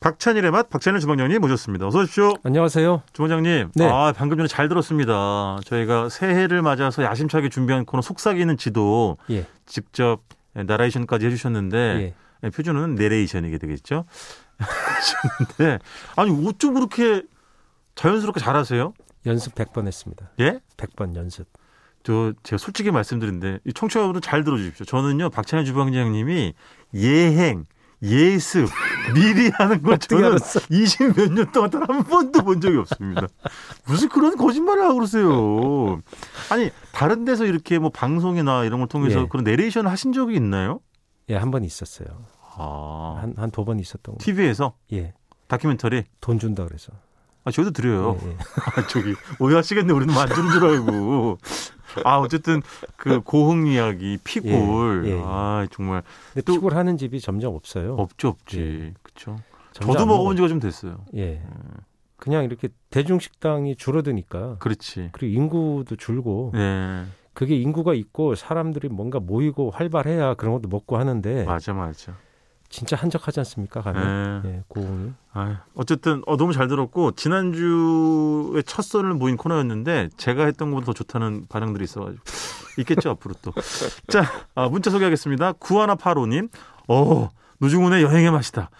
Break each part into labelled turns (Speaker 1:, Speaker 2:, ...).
Speaker 1: 박찬일의 맛 박찬일 주방장님 모셨습니다. 어서 오십시오.
Speaker 2: 안녕하세요.
Speaker 1: 주방장님.
Speaker 2: 네.
Speaker 1: 아, 방금 전에 잘 들었습니다. 저희가 새해를 맞아서 야심차게 준비한 코너 속삭이는 지도
Speaker 2: 예.
Speaker 1: 직접 나레이션까지 해주셨는데 예, 표준어는 내레이션이게 되겠죠. 하셨는데 아니 어쩜 그렇게 자연스럽게 잘하세요?
Speaker 2: 예. 연습 100번 했습니다.
Speaker 1: 예?
Speaker 2: 100번 연습.
Speaker 1: 저 제가 솔직히 말씀드린데 이 청취자분들 잘 들어주십시오. 저는요 박찬일 주방장님이 예행, 예습, 미리 하는 걸
Speaker 2: 어떻게
Speaker 1: 저는
Speaker 2: 알았어?
Speaker 1: 20 몇 년 동안 단 한 번도 본 적이 없습니다. 무슨 그런 거짓말을 하고 그러세요. 아니 다른 데서 이렇게 뭐 방송이나 이런 걸 통해서
Speaker 2: 예.
Speaker 1: 그런 내레이션을 하신 적이 있나요?
Speaker 2: 예, 한 번 있었어요.
Speaker 1: 아
Speaker 2: 한 한 두 번 있었던 거.
Speaker 1: TV에서
Speaker 2: 예.
Speaker 1: 다큐멘터리.
Speaker 2: 돈 준다 그래서.
Speaker 1: 아 저희도 드려요.
Speaker 2: 예, 예.
Speaker 1: 아, 저기 오해하시겠네 우리는 만주는줄 알고 아 어쨌든 그 고흥 이야기 피골
Speaker 2: 예, 예, 예.
Speaker 1: 아 정말
Speaker 2: 근데
Speaker 1: 또-
Speaker 2: 피골 하는 집이 점점 없어요.
Speaker 1: 없지 없지
Speaker 2: 예.
Speaker 1: 그쵸 네.
Speaker 2: 점점
Speaker 1: 저도 뭐
Speaker 2: 안
Speaker 1: 먹어본
Speaker 2: 먹어요.
Speaker 1: 지가 좀 됐어요
Speaker 2: 예. 그냥 이렇게 대중 식당이 줄어드니까
Speaker 1: 그렇지
Speaker 2: 그리고 인구도 줄고
Speaker 1: 네
Speaker 2: 그게 인구가 있고 사람들이 뭔가 모이고 활발해야 그런 것도 먹고 하는데
Speaker 1: 예, 맞아 맞아
Speaker 2: 진짜 한적하지 않습니까 가면
Speaker 1: 예.
Speaker 2: 예, 고흥이
Speaker 1: 아유, 어쨌든 어, 너무 잘 들었고 지난주에 첫 선을 모인 코너였는데 제가 했던 것보다 더 좋다는 반응들이 있어가지고 있겠죠 앞으로 또자 아, 문자 소개하겠습니다 구하나파로님 어 노중훈의 여행의 맛이다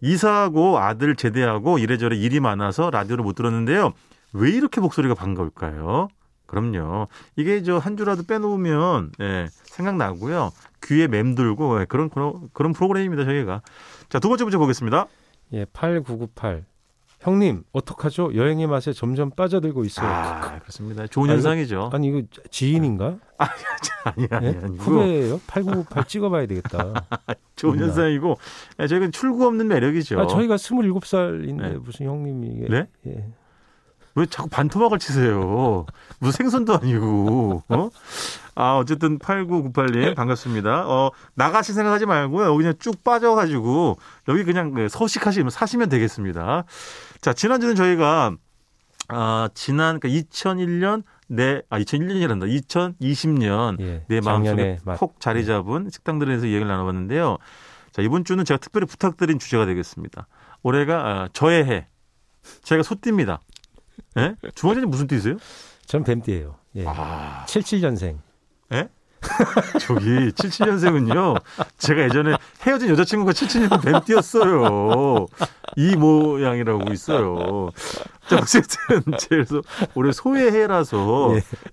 Speaker 1: 이사하고 아들 제대하고 이래저래 일이 많아서 라디오를 못 들었는데요 왜 이렇게 목소리가 반가울까요? 그럼요 이게 저 한 주라도 빼놓으면 예, 생각나고요 귀에 맴돌고 예, 그런 코너, 그런 프로그램입니다 저희가 자 두 번째 문제 보겠습니다.
Speaker 2: 예, 8998 형님 어떡하죠 여행의 맛에 점점 빠져들고 있어요
Speaker 1: 아, 그렇습니다. 좋은
Speaker 2: 아, 이거-
Speaker 1: 현상이죠.
Speaker 2: 아니 이거 지인인가?
Speaker 1: 어? 아니, 아니,
Speaker 2: 예?
Speaker 1: 아니고.
Speaker 2: 후배예요? 8998 찍어봐야 되겠다.
Speaker 1: 좋은
Speaker 2: 아닙니다.
Speaker 1: 현상이고, 예, 저희는 출구 없는 매력이죠.
Speaker 2: 아, 저희가 27살인데
Speaker 1: 네.
Speaker 2: 무슨 형님이 이게
Speaker 1: 네?
Speaker 2: 예.
Speaker 1: 왜 자꾸 반토막을 치세요? 무슨 생선도 아니고, 어? 아, 어쨌든
Speaker 2: 네.
Speaker 1: 8998님, 반갑습니다. 어, 나가실 생각하지 말고요. 여기 그냥 쭉 빠져가지고, 여기 그냥 그 서식하시면, 사시면 되겠습니다. 자, 지난주는 저희가, 아, 지난, 그러니까 2001년, 내, 아, 2001년이란다. 2020년
Speaker 2: 예.
Speaker 1: 내 마음속에
Speaker 2: 작년에 맛.
Speaker 1: 콕 자리 잡은 식당들에서 이야기를 나눠봤는데요. 자 이번 주는 제가 특별히 부탁드린 주제가 되겠습니다. 올해가 아, 저의 해. 제가 소띠입니다. 예? 주원장님 무슨 띠세요?
Speaker 2: 전 뱀띠예요. 예.
Speaker 1: 아
Speaker 2: 77년생.
Speaker 1: 저기 77년생은요. 제가 예전에 헤어진 여자친구가 77년 뱀띠였어요. 이 모양이라고 있어요. 자, 어쨌든 그래서 올해 소의 해라서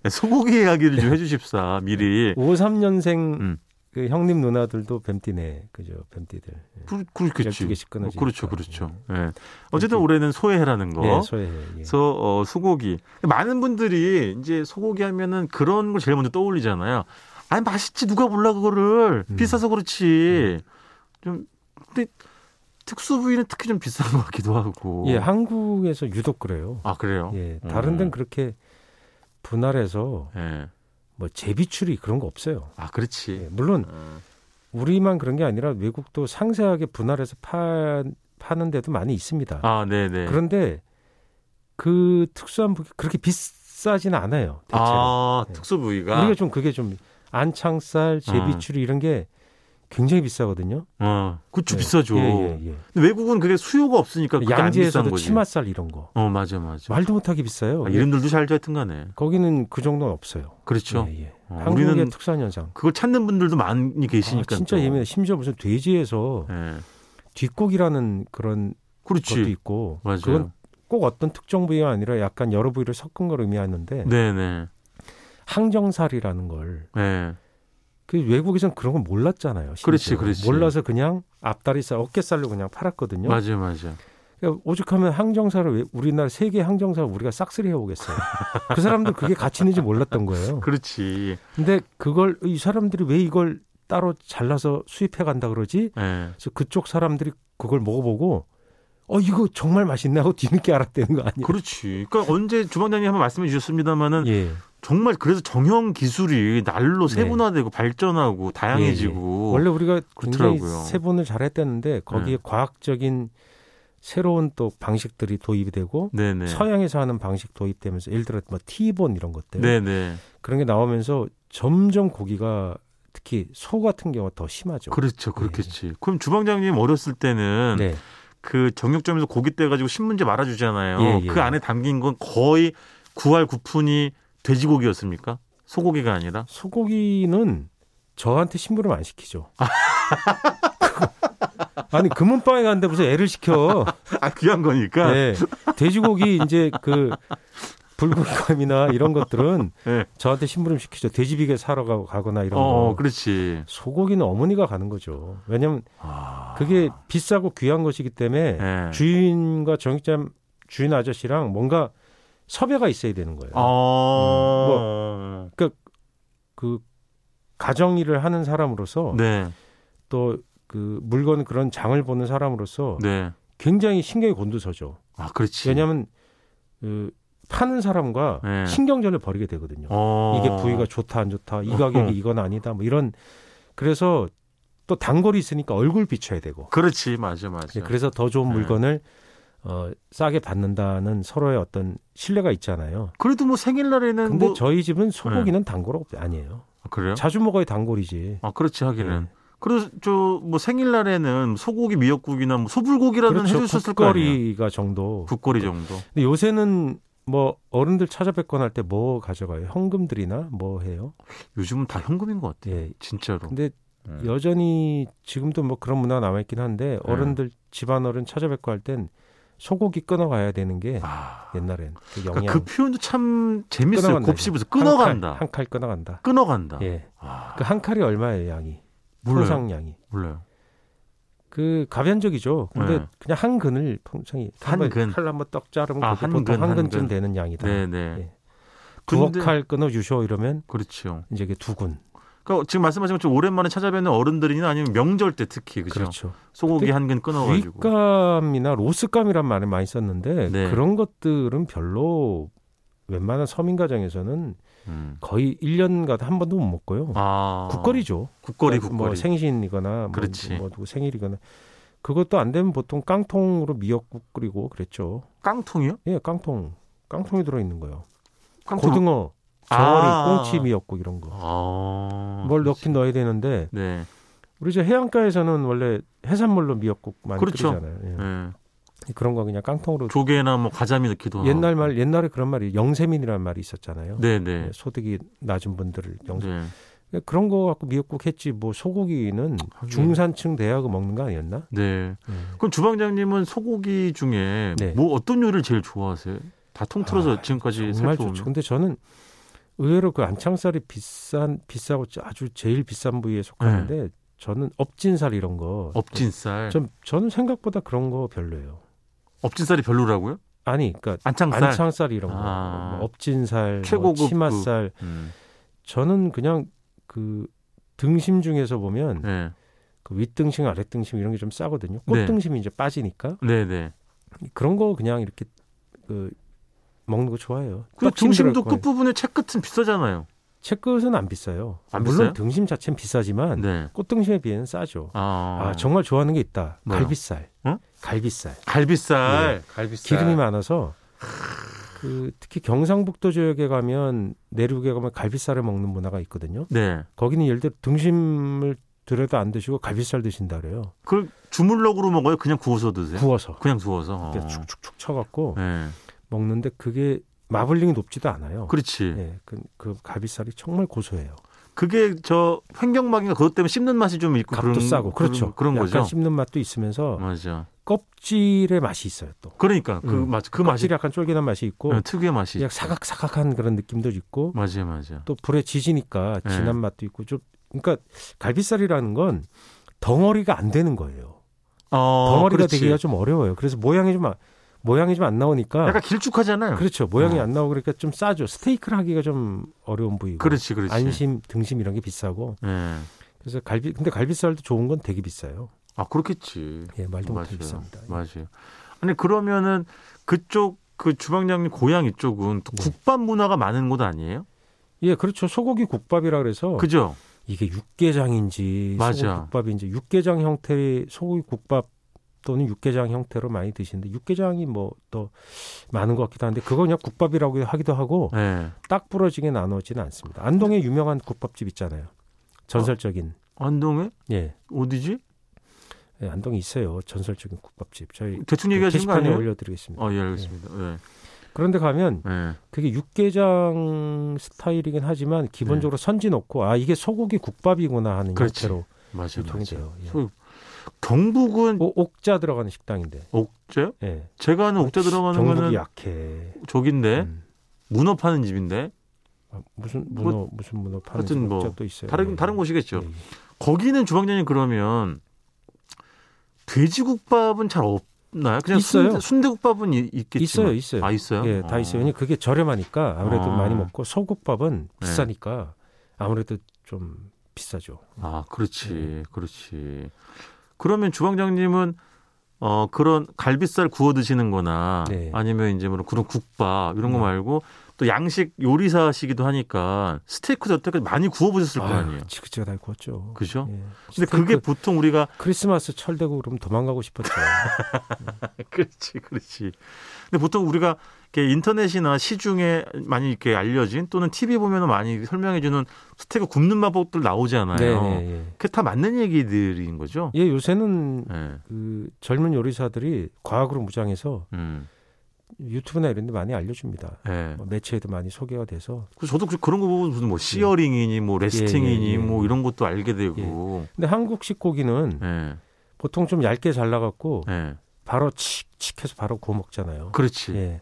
Speaker 1: 소고기 이야기를 좀 해주십사 미리.
Speaker 2: 53년생
Speaker 1: 예. 음.
Speaker 2: 그 형님 누나들도 뱀띠네. 그죠? 뱀띠들.
Speaker 1: 그, 그렇겠지.
Speaker 2: 12개씩 끊어지니까. 네.
Speaker 1: 그렇죠, 그렇죠. 예. 어쨌든 올해는 뭐? 소해라는 거.
Speaker 2: 예, 소예. 예.
Speaker 1: 그래서 어, 소고기. 많은 분들이 이제 소고기 하면은 그런 걸 제일 먼저 떠올리잖아요. 아니 맛있지 누가 몰라 그거를
Speaker 2: 음.
Speaker 1: 비싸서 그렇지. 좀 근데 특수 부위는 특히 좀 비싼 것 같기도 하고.
Speaker 2: 예, 한국에서 유독 그래요.
Speaker 1: 아 그래요. 예.
Speaker 2: 예. 다른 데는 그렇게 분할해서 뭐 재비출이 그런 거 없어요.
Speaker 1: 예. 아
Speaker 2: 예,
Speaker 1: 그렇지.
Speaker 2: 물론
Speaker 1: 어,
Speaker 2: 우리만 그런 게 아니라 외국도 상세하게 분할해서 파, 파는 데도 많이 있습니다.
Speaker 1: 아 네네.
Speaker 2: 그런데 그 특수한 부위 그렇게 비싸지는 않아요. 대체로.
Speaker 1: 아
Speaker 2: 예.
Speaker 1: 특수 부위가.
Speaker 2: 우리가 좀 그게 좀
Speaker 1: 아.
Speaker 2: 안창살, 제비추리 이런 게 굉장히 비싸거든요.
Speaker 1: 어 그쵸
Speaker 2: 예.
Speaker 1: 비싸죠.
Speaker 2: 예, 예, 예.
Speaker 1: 근데 외국은 그게 수요가 없으니까 그게 안 비싼
Speaker 2: 양지에서도
Speaker 1: 거지.
Speaker 2: 치맛살 이런 거
Speaker 1: 어 맞아 맞아.
Speaker 2: 말도 못하게 비싸요. 예.
Speaker 1: 아, 이름들도 잘 하여튼간에
Speaker 2: 거기는 그 정도는 없어요.
Speaker 1: 그렇죠.
Speaker 2: 예, 예.
Speaker 1: 어,
Speaker 2: 한국의
Speaker 1: 우리는
Speaker 2: 특수한 현상.
Speaker 1: 그걸 찾는 분들도 많이
Speaker 2: 아,
Speaker 1: 계시니까
Speaker 2: 진짜
Speaker 1: 또.
Speaker 2: 예민해. 심지어 무슨 돼지에서
Speaker 1: 예.
Speaker 2: 뒷고기라는 그런 것도
Speaker 1: 그렇지
Speaker 2: 있고
Speaker 1: 맞아요.
Speaker 2: 그건 꼭 어떤 특정 부위가 아니라 약간 여러 부위를 섞은 걸 의미하는데
Speaker 1: 네네.
Speaker 2: 항정살이라는 걸
Speaker 1: 예.
Speaker 2: 그 외국에선 그런 걸 몰랐잖아요. 심지어.
Speaker 1: 그렇지, 그렇지.
Speaker 2: 몰라서 그냥 앞다리살, 어깨살로 그냥 팔았거든요.
Speaker 1: 맞아요, 맞아요.
Speaker 2: 그러니까 오죽하면 항정살을 왜- 우리나라 세계 항정살 우리가 싹쓸이 해오겠어요. 그 사람들 그게 가치 있는지 몰랐던 거예요.
Speaker 1: 그렇지.
Speaker 2: 근데 그걸 이 사람들이 왜 이걸 따로 잘라서 수입해 간다 그러지?
Speaker 1: 예.
Speaker 2: 그래서 그쪽 사람들이 그걸 먹어보고 어 이거 정말 맛있네 하고 뒤늦게 알았다는 거 아니에요?
Speaker 1: 그렇지. 그러니까 언제 주방장님 한번 말씀해 주셨습니다만은
Speaker 2: 예.
Speaker 1: 정말 그래서 정형 기술이 날로
Speaker 2: 네. 예,
Speaker 1: 세분화되고 발전하고 다양해지고
Speaker 2: 원래 우리가
Speaker 1: 어,
Speaker 2: 굉장히
Speaker 1: 그렇더라고요. 네.
Speaker 2: 세분을 잘했댔는데 거기에 과학적인 새로운 또 방식들이 도입이 되고
Speaker 1: 네네.
Speaker 2: 서양에서 하는 방식 도입되면서 예를 들어 뭐 티본 이런 것들
Speaker 1: 네네.
Speaker 2: 그런 게 나오면서 점점 고기가 특히 소 같은 경우 가 더 심하죠. 예.
Speaker 1: 그렇죠, 그렇겠지. 그럼 주방장님 어렸을 때는
Speaker 2: 네.
Speaker 1: 그 정육점에서 고기 떼가지고 신문지 말아주잖아요.
Speaker 2: 예, 예.
Speaker 1: 그 안에 담긴 건 거의 9할 9푼이 돼지고기였습니까? 소고기가 아니라
Speaker 2: 소고기는 저한테 심부름 안 시키죠. 아니 금은방에 갔는데 무슨 애를 시켜?
Speaker 1: 아 귀한 거니까.
Speaker 2: 네. 돼지고기 이제 그 불금감이나 이런 것들은
Speaker 1: 예.
Speaker 2: 저한테 심부름 시키죠. 돼지비계 사러 가- 가거나 이런 거.
Speaker 1: 어, 그렇지.
Speaker 2: 소고기는 어머니가 가는 거죠. 왜냐면
Speaker 1: 아,
Speaker 2: 그게 비싸고 귀한 것이기 때문에
Speaker 1: 예.
Speaker 2: 네. 주인과 정육점 주인 아저씨랑 뭔가 섭외가 있어야 되는
Speaker 1: 아.
Speaker 2: 거예요. 음.
Speaker 1: 어.
Speaker 2: 그 가정 일을 하는 사람으로서
Speaker 1: 네.
Speaker 2: 또 그 물건 그런 장을 보는 사람으로서
Speaker 1: 네.
Speaker 2: 굉장히 신경이 곤두서죠.
Speaker 1: 아, 그렇지.
Speaker 2: 뭐. 음. 왜냐하면 그 파는 사람과
Speaker 1: 네.
Speaker 2: 신경전을 벌이게 되거든요.
Speaker 1: 어.
Speaker 2: 이게 부위가 좋다 안 좋다 이 가격에 이건 아니다 뭐 이런 그래서 또 단골이 있으니까 얼굴 비춰야 되고
Speaker 1: 그렇지. 맞아, 맞아.
Speaker 2: 예, 그래서 더 좋은
Speaker 1: 네.
Speaker 2: 물건을 어, 싸게 받는다는 서로의 어떤 신뢰가 있잖아요.
Speaker 1: 그래도 뭐 생일날에는
Speaker 2: 근데
Speaker 1: 뭐
Speaker 2: 저희 집은 소고기는 단골 없 아니에요.
Speaker 1: 아, 그래요?
Speaker 2: 자주 먹어야 단골이지.
Speaker 1: 아, 그렇지 하기는.
Speaker 2: 예.
Speaker 1: 그래서 저 뭐 생일날에는 소고기 미역국이나 뭐 소불고기라는
Speaker 2: 그렇죠.
Speaker 1: 해주셨을 거 아니에요.
Speaker 2: 국거리가 정도.
Speaker 1: 국거리 정도.
Speaker 2: 근데 요새는 뭐 어른들 찾아뵙거나 할 때 뭐 가져가요? 현금들이나 뭐 해요?
Speaker 1: 요즘은 다 현금인 것 같아요.
Speaker 2: 예.
Speaker 1: 진짜로.
Speaker 2: 근데 음.
Speaker 1: 예.
Speaker 2: 여전히 지금도 뭐 그런 문화 가 남아 있긴 한데
Speaker 1: 음.
Speaker 2: 어른들 집안 어른 찾아뵙고 할 땐 소고기 끊어 가야 되는 게
Speaker 1: 아,
Speaker 2: 옛날엔 그 영양
Speaker 1: 그러니까 그 표현도 참 재밌어요.
Speaker 2: 끊어간다,
Speaker 1: 곱씹어서
Speaker 2: 한
Speaker 1: 끊어간다.
Speaker 2: 칼, 한칼 끊어간다.
Speaker 1: 끊어간다.
Speaker 2: 예.
Speaker 1: 아,
Speaker 2: 그 한 칼이 얼마예요, 양이?
Speaker 1: 몰라요.
Speaker 2: 통상량이.
Speaker 1: 몰라요.
Speaker 2: 그 가변적이죠. 근데
Speaker 1: 네.
Speaker 2: 그냥 한 근을 통상이
Speaker 1: 한
Speaker 2: 한번
Speaker 1: 근.
Speaker 2: 칼로 한번 떡 자르면
Speaker 1: 아,
Speaker 2: 그게
Speaker 1: 한
Speaker 2: 보통
Speaker 1: 근,
Speaker 2: 한
Speaker 1: 한
Speaker 2: 근쯤
Speaker 1: 근.
Speaker 2: 되는 양이다.
Speaker 1: 네, 네.
Speaker 2: 예. 두억
Speaker 1: 근데-
Speaker 2: 칼 끊어 주쇼 이러면
Speaker 1: 그렇죠.
Speaker 2: 이제 이게 두군.
Speaker 1: 그러니까 지금 말씀하신 것처럼 오랜만에 찾아뵙는 어른들이나 아니면 명절 때 특히 그죠.
Speaker 2: 그렇죠.
Speaker 1: 소고기
Speaker 2: 근데
Speaker 1: 한 근 끊어가지고.
Speaker 2: 그러니까 윗감이나 로스감이란 말을 많이 썼는데
Speaker 1: 네.
Speaker 2: 그런 것들은 별로 웬만한 서민 가정에서는
Speaker 1: 음.
Speaker 2: 거의 1년 가도 한 번도 못 먹고요.
Speaker 1: 아,
Speaker 2: 뭐 국거리죠.
Speaker 1: 국거리,
Speaker 2: 그러니까
Speaker 1: 국거리.
Speaker 2: 뭐 생신이거나 뭐,
Speaker 1: 그렇지.
Speaker 2: 뭐 누구 생일이거나 그것도 안 되면 보통 깡통으로 미역국 끓이고 그랬죠.
Speaker 1: 깡통이요?
Speaker 2: 예, 깡통. 깡통이 들어 있는 거예요.
Speaker 1: 깡통.
Speaker 2: 고등어, 정어리,
Speaker 1: 아.
Speaker 2: 꽁치 미역국 이런 거.
Speaker 1: 아,
Speaker 2: 뭘
Speaker 1: 그렇지.
Speaker 2: 넣긴 넣어야 되는데
Speaker 1: 네.
Speaker 2: 우리 저 해안가에서는 원래 해산물로 미역국 많이
Speaker 1: 그렇죠.
Speaker 2: 끓이잖아요. 예.
Speaker 1: 네.
Speaker 2: 그런 거 그냥 깡통으로
Speaker 1: 조개나 뭐 가자미 넣기도
Speaker 2: 옛날
Speaker 1: 하고.
Speaker 2: 말 옛날에 그런 말이 영세민이라는 말이 있었잖아요.
Speaker 1: 네,
Speaker 2: 예,
Speaker 1: 네.
Speaker 2: 소득이 낮은 분들을 영세 그러니까
Speaker 1: 네.
Speaker 2: 그런 거 갖고 미역국 했지 뭐 소고기는
Speaker 1: 하긴.
Speaker 2: 중산층 대하고 먹는 거 아니었나?
Speaker 1: 네.
Speaker 2: 예.
Speaker 1: 그럼 주방장님은 소고기 중에
Speaker 2: 네.
Speaker 1: 뭐 어떤 요리를 제일 좋아하세요? 다 통틀어서
Speaker 2: 아,
Speaker 1: 지금까지
Speaker 2: 정말
Speaker 1: 살펴보면.
Speaker 2: 좋죠. 근데 저는 의외로 그 안창살이 비싼 비싸고 아주 제일 비싼 부위에 속하는데
Speaker 1: 네.
Speaker 2: 저는 업진살 이런 거.
Speaker 1: 업진살.
Speaker 2: 좀 저는 생각보다 그런 거 별로예요.
Speaker 1: 업진살이 별로라고요?
Speaker 2: 아니, 그러니까
Speaker 1: 안창살.
Speaker 2: 안창살 이런 거,
Speaker 1: 아.
Speaker 2: 뭐 업진살, 뭐
Speaker 1: 최고급 그
Speaker 2: 치맛살.
Speaker 1: 음.
Speaker 2: 저는 그냥 그 등심 중에서 보면
Speaker 1: 네.
Speaker 2: 그 윗등심, 아랫등심 이런 게 좀 싸거든요.
Speaker 1: 네.
Speaker 2: 꽃등심이 이제 빠지니까
Speaker 1: 네, 네.
Speaker 2: 그런 거 그냥 이렇게 그 먹는 거 좋아해요.
Speaker 1: 그
Speaker 2: 떡 찜질할
Speaker 1: 등심도
Speaker 2: 거예요.
Speaker 1: 끝부분에 채 끝은 비싸잖아요.
Speaker 2: 채끝은 안 비싸요.
Speaker 1: 안
Speaker 2: 물론
Speaker 1: 비싸요?
Speaker 2: 등심 자체는 비싸지만
Speaker 1: 네.
Speaker 2: 꽃등심에 비해는 싸죠.
Speaker 1: 아,
Speaker 2: 아, 정말 좋아하는 게 있다.
Speaker 1: 뭐요?
Speaker 2: 갈비살.
Speaker 1: 어?
Speaker 2: 갈비살.
Speaker 1: 갈비살.
Speaker 2: 네,
Speaker 1: 갈비살.
Speaker 2: 기름이 많아서 그 특히 경상북도 지역에 가면 내륙에 가면 갈비살을 먹는 문화가 있거든요.
Speaker 1: 네.
Speaker 2: 거기는 예를 들어 등심을 들여도 안 드시고 갈비살 드신다 그래요.
Speaker 1: 그걸 주물럭으로 먹어요? 그냥 구워서 드세요?
Speaker 2: 구워서 네,
Speaker 1: 그냥 구워서.
Speaker 2: 이렇게 축축축 쳐갖고
Speaker 1: 네.
Speaker 2: 먹는데 그게 마블링이 높지도 않아요.
Speaker 1: 그렇지.
Speaker 2: 예, 그, 그 갈비살이 정말 고소해요.
Speaker 1: 그게 저 횡격막인가 그것 때문에 씹는 맛이 좀 있고
Speaker 2: 값도
Speaker 1: 그런
Speaker 2: 싸고 그렇죠.
Speaker 1: 그런, 그런
Speaker 2: 약간
Speaker 1: 거죠. 음.
Speaker 2: 씹는 어. 맛도 있으면서
Speaker 1: 맞아.
Speaker 2: 껍질의 맛이 있어요. 또
Speaker 1: 그러니까 그
Speaker 2: 음.
Speaker 1: 맛, 그 맛이
Speaker 2: 껍질이 약간 쫄깃한 맛이 있고
Speaker 1: 어, 특유의 맛이
Speaker 2: 약간 사각사각한 그런 느낌도 있고
Speaker 1: 맞아요, 맞아요.
Speaker 2: 또 불에 지지니까
Speaker 1: 네.
Speaker 2: 진한 맛도 있고 좀 그러니까 갈비살이라는 건 덩어리가 안 되는 거예요.
Speaker 1: 어,
Speaker 2: 덩어리가
Speaker 1: 그렇지.
Speaker 2: 되기가 좀 어려워요. 그래서 모양이 좀 아- 모양이 좀 안 나오니까
Speaker 1: 약간 길쭉하잖아요.
Speaker 2: 그렇죠. 모양이
Speaker 1: 어.
Speaker 2: 안 나오고 그러니까 좀 싸죠. 스테이크를 하기가 좀 어려운 부위고
Speaker 1: 그렇지 그렇지.
Speaker 2: 안심 등심 이런 게 비싸고
Speaker 1: 예.
Speaker 2: 그래서 갈비 근데 갈비살도 좋은 건 되게 비싸요.
Speaker 1: 아 그렇겠지.
Speaker 2: 예 말도
Speaker 1: 맞아요.
Speaker 2: 못하게 비쌉니다.
Speaker 1: 맞아요. 아니 그러면은 그쪽 그 주방장님 고향 이쪽은 또
Speaker 2: 네.
Speaker 1: 국밥 문화가 많은 곳 아니에요?
Speaker 2: 예 그렇죠. 소고기 국밥이라 그래서
Speaker 1: 그죠?
Speaker 2: 이게 육개장인지
Speaker 1: 맞아.
Speaker 2: 소고기 국밥인지 육개장 형태의 소고기 국밥 또는 육개장 형태로 많이 드시는데 육개장이 뭐 또 많은 것 같기도 한데 그거 그냥 국밥이라고 하기도 하고
Speaker 1: 예.
Speaker 2: 딱 부러지게 나누어지는 않습니다. 안동에 유명한 국밥집 있잖아요. 전설적인
Speaker 1: 안동에
Speaker 2: 예
Speaker 1: 어디지?
Speaker 2: 예, 안동에 있어요. 전설적인 국밥집. 저희
Speaker 1: 대충
Speaker 2: 그
Speaker 1: 얘기하시는 거
Speaker 2: 게시판에 네.
Speaker 1: 아니에요?
Speaker 2: 올려드리겠습니다.
Speaker 1: 어, 예, 알겠습니다. 예.
Speaker 2: 그런데 가면
Speaker 1: 예.
Speaker 2: 그게 육개장 스타일이긴 하지만 기본적으로 선지 넣고 아 이게 소고기 국밥이구나 하는
Speaker 1: 네. 그렇지.
Speaker 2: 형태로
Speaker 1: 맞아요.
Speaker 2: 유통이
Speaker 1: 맞아요.
Speaker 2: 돼요. 예.
Speaker 1: 소- 경북은
Speaker 2: 오- 옥자 들어가는 식당인데.
Speaker 1: 옥제?
Speaker 2: 예.
Speaker 1: 제가 아는 음, 옥제 들어가는
Speaker 2: 정국이
Speaker 1: 거는 네?
Speaker 2: 약해.
Speaker 1: 저긴데
Speaker 2: 음.
Speaker 1: 문어 파는 집인데
Speaker 2: 아, 무슨 문어
Speaker 1: 뭐,
Speaker 2: 무슨 문어 파는
Speaker 1: 하여튼 뭐
Speaker 2: 옥자도 있어요.
Speaker 1: 다른
Speaker 2: 예.
Speaker 1: 다른 곳이겠죠.
Speaker 2: 예, 예.
Speaker 1: 거기는 주방장님 그러면 돼지국밥은 잘 없나요? 그냥
Speaker 2: 있어요.
Speaker 1: 순대, 순대국밥은 이- 있겠지만
Speaker 2: 있어요, 있어요.
Speaker 1: 아 있어요?
Speaker 2: 예, 다
Speaker 1: 어.
Speaker 2: 있어요. 왜냐 그게 저렴하니까 아무래도
Speaker 1: 아.
Speaker 2: 많이 먹고 소국밥은
Speaker 1: 네.
Speaker 2: 비싸니까 아무래도 좀 비싸죠.
Speaker 1: 아 그렇지, 그렇지. 그러면 주방장님은 어 그런 갈비살 구워 드시는거나
Speaker 2: 네.
Speaker 1: 아니면 이제 뭐 그런 국밥 이런 거
Speaker 2: 음.
Speaker 1: 말고 또 양식 요리사시기도 하니까 스테이크도 여태까지 많이 구워 보셨을 거
Speaker 2: 아유,
Speaker 1: 아니에요.
Speaker 2: 지그재그 다 구웠죠.
Speaker 1: 그죠?
Speaker 2: 예.
Speaker 1: 근데 그게
Speaker 2: 스테이크
Speaker 1: 보통 우리가
Speaker 2: 크리스마스 철되고 그럼 도망가고 싶었죠.
Speaker 1: 그렇지, 그렇지. 근데 보통 우리가 이렇게 인터넷이나 시중에 많이 이렇게 알려진 또는 TV 보면 많이 설명해주는 스테이크 굽는 방법들 나오잖아요.
Speaker 2: 네, 네, 예.
Speaker 1: 그게 다 맞는 얘기들인 거죠.
Speaker 2: 예, 요새는
Speaker 1: 예.
Speaker 2: 그 젊은 요리사들이 과학으로 무장해서
Speaker 1: 음.
Speaker 2: 유튜브나 이런 데 많이 알려줍니다.
Speaker 1: 예.
Speaker 2: 뭐 매체에도 많이 소개가 돼서.
Speaker 1: 그래서 저도 그- 그런 거 보면 무슨 뭐 시어링이니 뭐 레스팅이니
Speaker 2: 예, 예, 예.
Speaker 1: 뭐 이런 것도 알게 되고.
Speaker 2: 근데 한국식 고기는
Speaker 1: 예. 예.
Speaker 2: 보통 좀 얇게 잘라갖고 바로 칙칙 해서 바로 구워 먹잖아요.
Speaker 1: 그렇지.
Speaker 2: 예.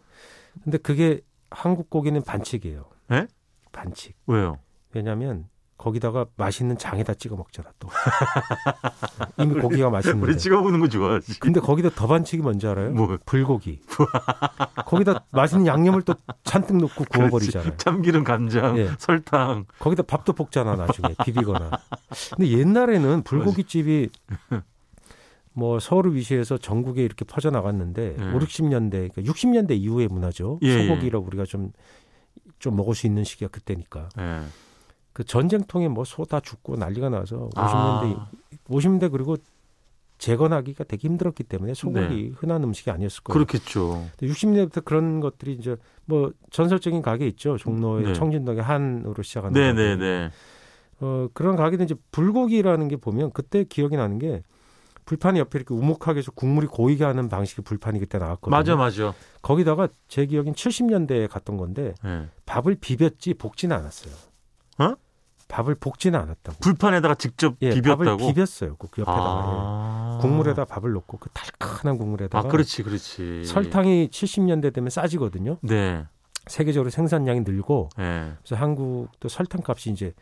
Speaker 2: 근데 그게 한국 고기는 반칙이에요.
Speaker 1: 예?
Speaker 2: 반칙.
Speaker 1: 왜요?
Speaker 2: 왜냐하면 거기다가 맛있는 장에다 찍어 먹잖아 또. 이미 고기가
Speaker 1: 우리
Speaker 2: 맛있는데.
Speaker 1: 찍어보는 거 좋아하지.
Speaker 2: 근데 거기다 더 반칙이 뭔지 알아요?
Speaker 1: 뭐
Speaker 2: 불고기. 거기다 맛있는 양념을 또 잔뜩 넣고 구워버리잖아요.
Speaker 1: 참기름, 감장,
Speaker 2: 예.
Speaker 1: 설탕.
Speaker 2: 거기다 밥도 볶잖아 나중에 비비거나. 근데 옛날에는 불고기집이 뭐 서울을 위시해서 전국에 이렇게 퍼져 나갔는데
Speaker 1: 예.
Speaker 2: 5, 60년대 그러니까 60년대 이후의 문화죠.
Speaker 1: 예, 예.
Speaker 2: 소고기라 우리가 좀 좀 먹을 수 있는 시기가 그때니까.
Speaker 1: 예.
Speaker 2: 그 전쟁통에 뭐 소 다 죽고 난리가 나서 50년대
Speaker 1: 아.
Speaker 2: 50년대 그리고 재건하기가 되게 힘들었기 때문에 소고기 흔한 음식이 아니었을 거예요.
Speaker 1: 네. 그렇겠죠.
Speaker 2: 60년대부터 그런 것들이 이제 뭐 전설적인 가게 있죠. 종로의
Speaker 1: 네.
Speaker 2: 청진동의 한으로 시작하는
Speaker 1: 네, 네,
Speaker 2: 가게.
Speaker 1: 네.
Speaker 2: 어, 그런 가게도 이제 불고기라는 게 보면 그때 기억이 나는 게 불판이 옆에 이렇게 우목하게 해서 국물이 고이게 하는 방식의 불판이 그때 나왔거든요.
Speaker 1: 맞아, 맞아.
Speaker 2: 거기다가 제 기억엔 70년대에 갔던 건데
Speaker 1: 예.
Speaker 2: 밥을 비볐지 볶지는 않았어요.
Speaker 1: 어?
Speaker 2: 밥을 볶지는 않았다고.
Speaker 1: 불판에다가 직접
Speaker 2: 예,
Speaker 1: 비볐다고.
Speaker 2: 밥을 비볐어요. 그 옆에다가.
Speaker 1: 아.
Speaker 2: 예. 국물에다 밥을 넣고 그 달큰한 국물에다가
Speaker 1: 아, 그렇지, 그렇지.
Speaker 2: 설탕이 70년대 되면 싸지거든요.
Speaker 1: 네.
Speaker 2: 세계적으로 생산량이 늘고
Speaker 1: 예.
Speaker 2: 그래서 한국도 설탕값이 이제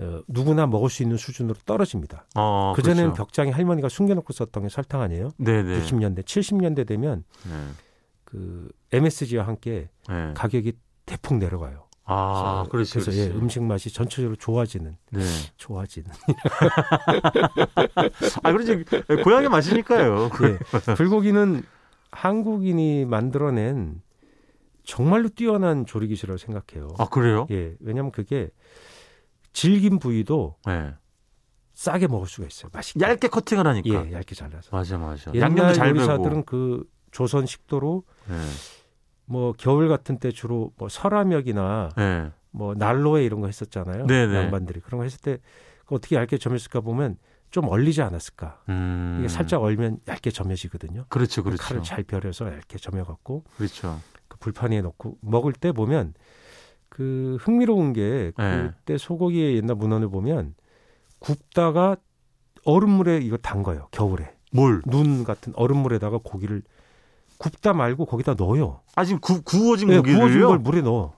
Speaker 2: 어, 누구나 먹을 수 있는 수준으로 떨어집니다.
Speaker 1: 어,
Speaker 2: 그전에는
Speaker 1: 그렇죠.
Speaker 2: 벽장에 할머니가 숨겨놓고 썼던 게 설탕 아니에요?
Speaker 1: 네, 네.
Speaker 2: 60년대, 70년대 되면
Speaker 1: 네.
Speaker 2: 그 MSG와 함께
Speaker 1: 네.
Speaker 2: 가격이 대폭 내려가요.
Speaker 1: 아, 그렇지.
Speaker 2: 그래서
Speaker 1: 그렇지.
Speaker 2: 예, 음식 맛이 전체적으로 좋아지는,
Speaker 1: 네.
Speaker 2: 좋아지는.
Speaker 1: 아, 그렇지. 고향의 맛이니까요. 그, 네.
Speaker 2: 예. 불고기는 한국인이 만들어낸 정말로 뛰어난 조리 기술이라고 생각해요.
Speaker 1: 아, 그래요?
Speaker 2: 예, 왜냐하면 그게 질긴 부위도
Speaker 1: 네.
Speaker 2: 싸게 먹을 수가 있어요. 맛있게.
Speaker 1: 얇게 커팅을 하니까.
Speaker 2: 예, 얇게 잘라서.
Speaker 1: 맞아, 맞아. 그러니까. 양념도
Speaker 2: 옛날
Speaker 1: 잘
Speaker 2: 요리사들은
Speaker 1: 배고.
Speaker 2: 그 조선 식도로
Speaker 1: 예.
Speaker 2: 뭐 겨울 같은 때 주로 뭐 설화역이나
Speaker 1: 예.
Speaker 2: 뭐 난로에 이런 거 했었잖아요.
Speaker 1: 네네.
Speaker 2: 양반들이 그런 거 했을 때 그거 어떻게 얇게 점였을까 보면 좀 얼리지 않았을까.
Speaker 1: 음.
Speaker 2: 이게 살짝 얼면 얇게 점여지거든요.
Speaker 1: 그렇죠, 그렇죠.
Speaker 2: 칼을 잘 벼려서 얇게 점여갖고
Speaker 1: 그렇죠.
Speaker 2: 그 불판 위에 넣고 먹을 때 보면 그 흥미로운 게
Speaker 1: 네.
Speaker 2: 그때 소고기의 옛날 문헌을 보면 굽다가 얼음물에 이거 담가요. 겨울에
Speaker 1: 뭘?
Speaker 2: 눈 같은 얼음물에다가 고기를 굽다 말고 거기다 넣어요.
Speaker 1: 아, 지금 구, 구워진
Speaker 2: 예,
Speaker 1: 고기를요?
Speaker 2: 구워진 걸 물에 넣어.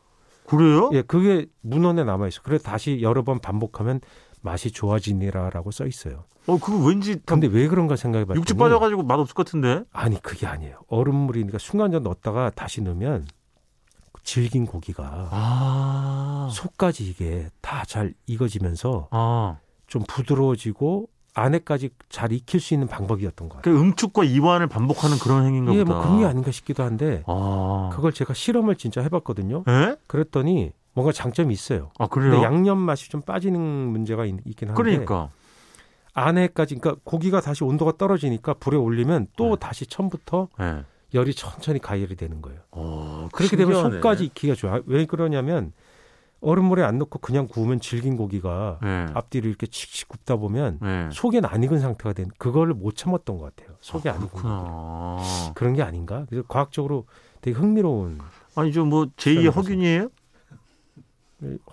Speaker 1: 그래요?
Speaker 2: 예, 그게 문헌에 남아 있어. 그래 다시 여러 번 반복하면 맛이 좋아지니라라고 써 있어요.
Speaker 1: 어, 그거 왠지 다
Speaker 2: 근데 왜 그런가 생각해 봤더니
Speaker 1: 육즙 빠져가지고 맛없을 것 같은데?
Speaker 2: 아니, 그게 아니에요. 얼음물이니까 그러니까 순간적으로 넣었다가 다시 넣으면 질긴 고기가
Speaker 1: 아.
Speaker 2: 속까지 이게 다 잘 익어지면서
Speaker 1: 아.
Speaker 2: 좀 부드러워지고 안에까지 잘 익힐 수 있는 방법이었던 것 같아요.
Speaker 1: 그 응축과 이완을 반복하는 그런 행인가
Speaker 2: 이게
Speaker 1: 보다.
Speaker 2: 뭐 그런 게 아닌가 싶기도 한데
Speaker 1: 아.
Speaker 2: 그걸 제가 실험을 진짜 해 봤거든요.
Speaker 1: 예?
Speaker 2: 그랬더니 뭔가 장점이 있어요.
Speaker 1: 아,
Speaker 2: 근데
Speaker 1: 그래요?
Speaker 2: 양념 맛이 좀 빠지는 문제가 있, 긴 한데
Speaker 1: 그러니까.
Speaker 2: 안에까지 그러니까 고기가 다시 온도가 떨어지니까 불에 올리면
Speaker 1: 네.
Speaker 2: 또 다시 처음부터
Speaker 1: 예.
Speaker 2: 열이 천천히 가열이 되는 거예요.
Speaker 1: 어,
Speaker 2: 그렇게
Speaker 1: 신기하네.
Speaker 2: 되면 속까지 익히가 좋아. 왜 그러냐면 얼음물에 안 넣고 그냥 구우면 질긴 고기가
Speaker 1: 예.
Speaker 2: 앞뒤를 이렇게 칙칙 굽다 보면
Speaker 1: 예.
Speaker 2: 속엔 안 익은 상태가 된 그걸 못 참았던 것 같아요. 속이 안 익은 거.
Speaker 1: 그렇구나.
Speaker 2: 그런 게 아닌가? 그래서 과학적으로 되게 흥미로운
Speaker 1: 아니죠. 뭐 제2의
Speaker 2: 그런 거죠.
Speaker 1: 허균이에요?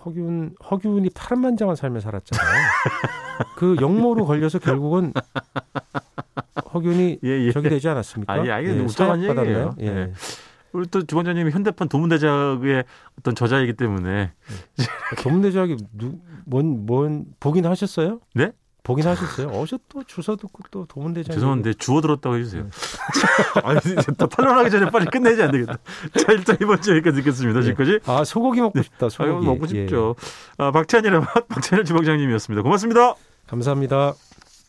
Speaker 2: 허균 허균이 파란만장한 삶을 살았잖아요. 그 역모로 걸려서 결국은 허균이
Speaker 1: 예, 예.
Speaker 2: 적이 되지 않았습니까?
Speaker 1: 아, 예, 알겠는데
Speaker 2: 사약
Speaker 1: 웃자는
Speaker 2: 받았나요?
Speaker 1: 얘기예요. 예. 우리 또 주방장님이 현대판 도문대작의 어떤 저자이기 때문에
Speaker 2: 교문대작이 뭔, 뭔, 보긴 하셨어요?
Speaker 1: 네?
Speaker 2: 보긴 하셨어요? 어제 또 주사 듣고 또 도문대장.
Speaker 1: 죄송한데 주워 들었다고
Speaker 2: 음.
Speaker 1: 해주세요. 아니, 이제 또 탄론하기 전에 빨리 끝내지 안 되겠다. 자, 일단 이번 주 여기까지 듣겠습니다.
Speaker 2: 예.
Speaker 1: 지금까지
Speaker 2: 아, 소고기 먹고 싶다,
Speaker 1: 아, 이거
Speaker 2: 소고기.
Speaker 1: 먹고
Speaker 2: 예.
Speaker 1: 싶죠. 아, 박찬일의 맛, 박찬일 주방장님이었습니다. 고맙습니다.
Speaker 2: 감사합니다.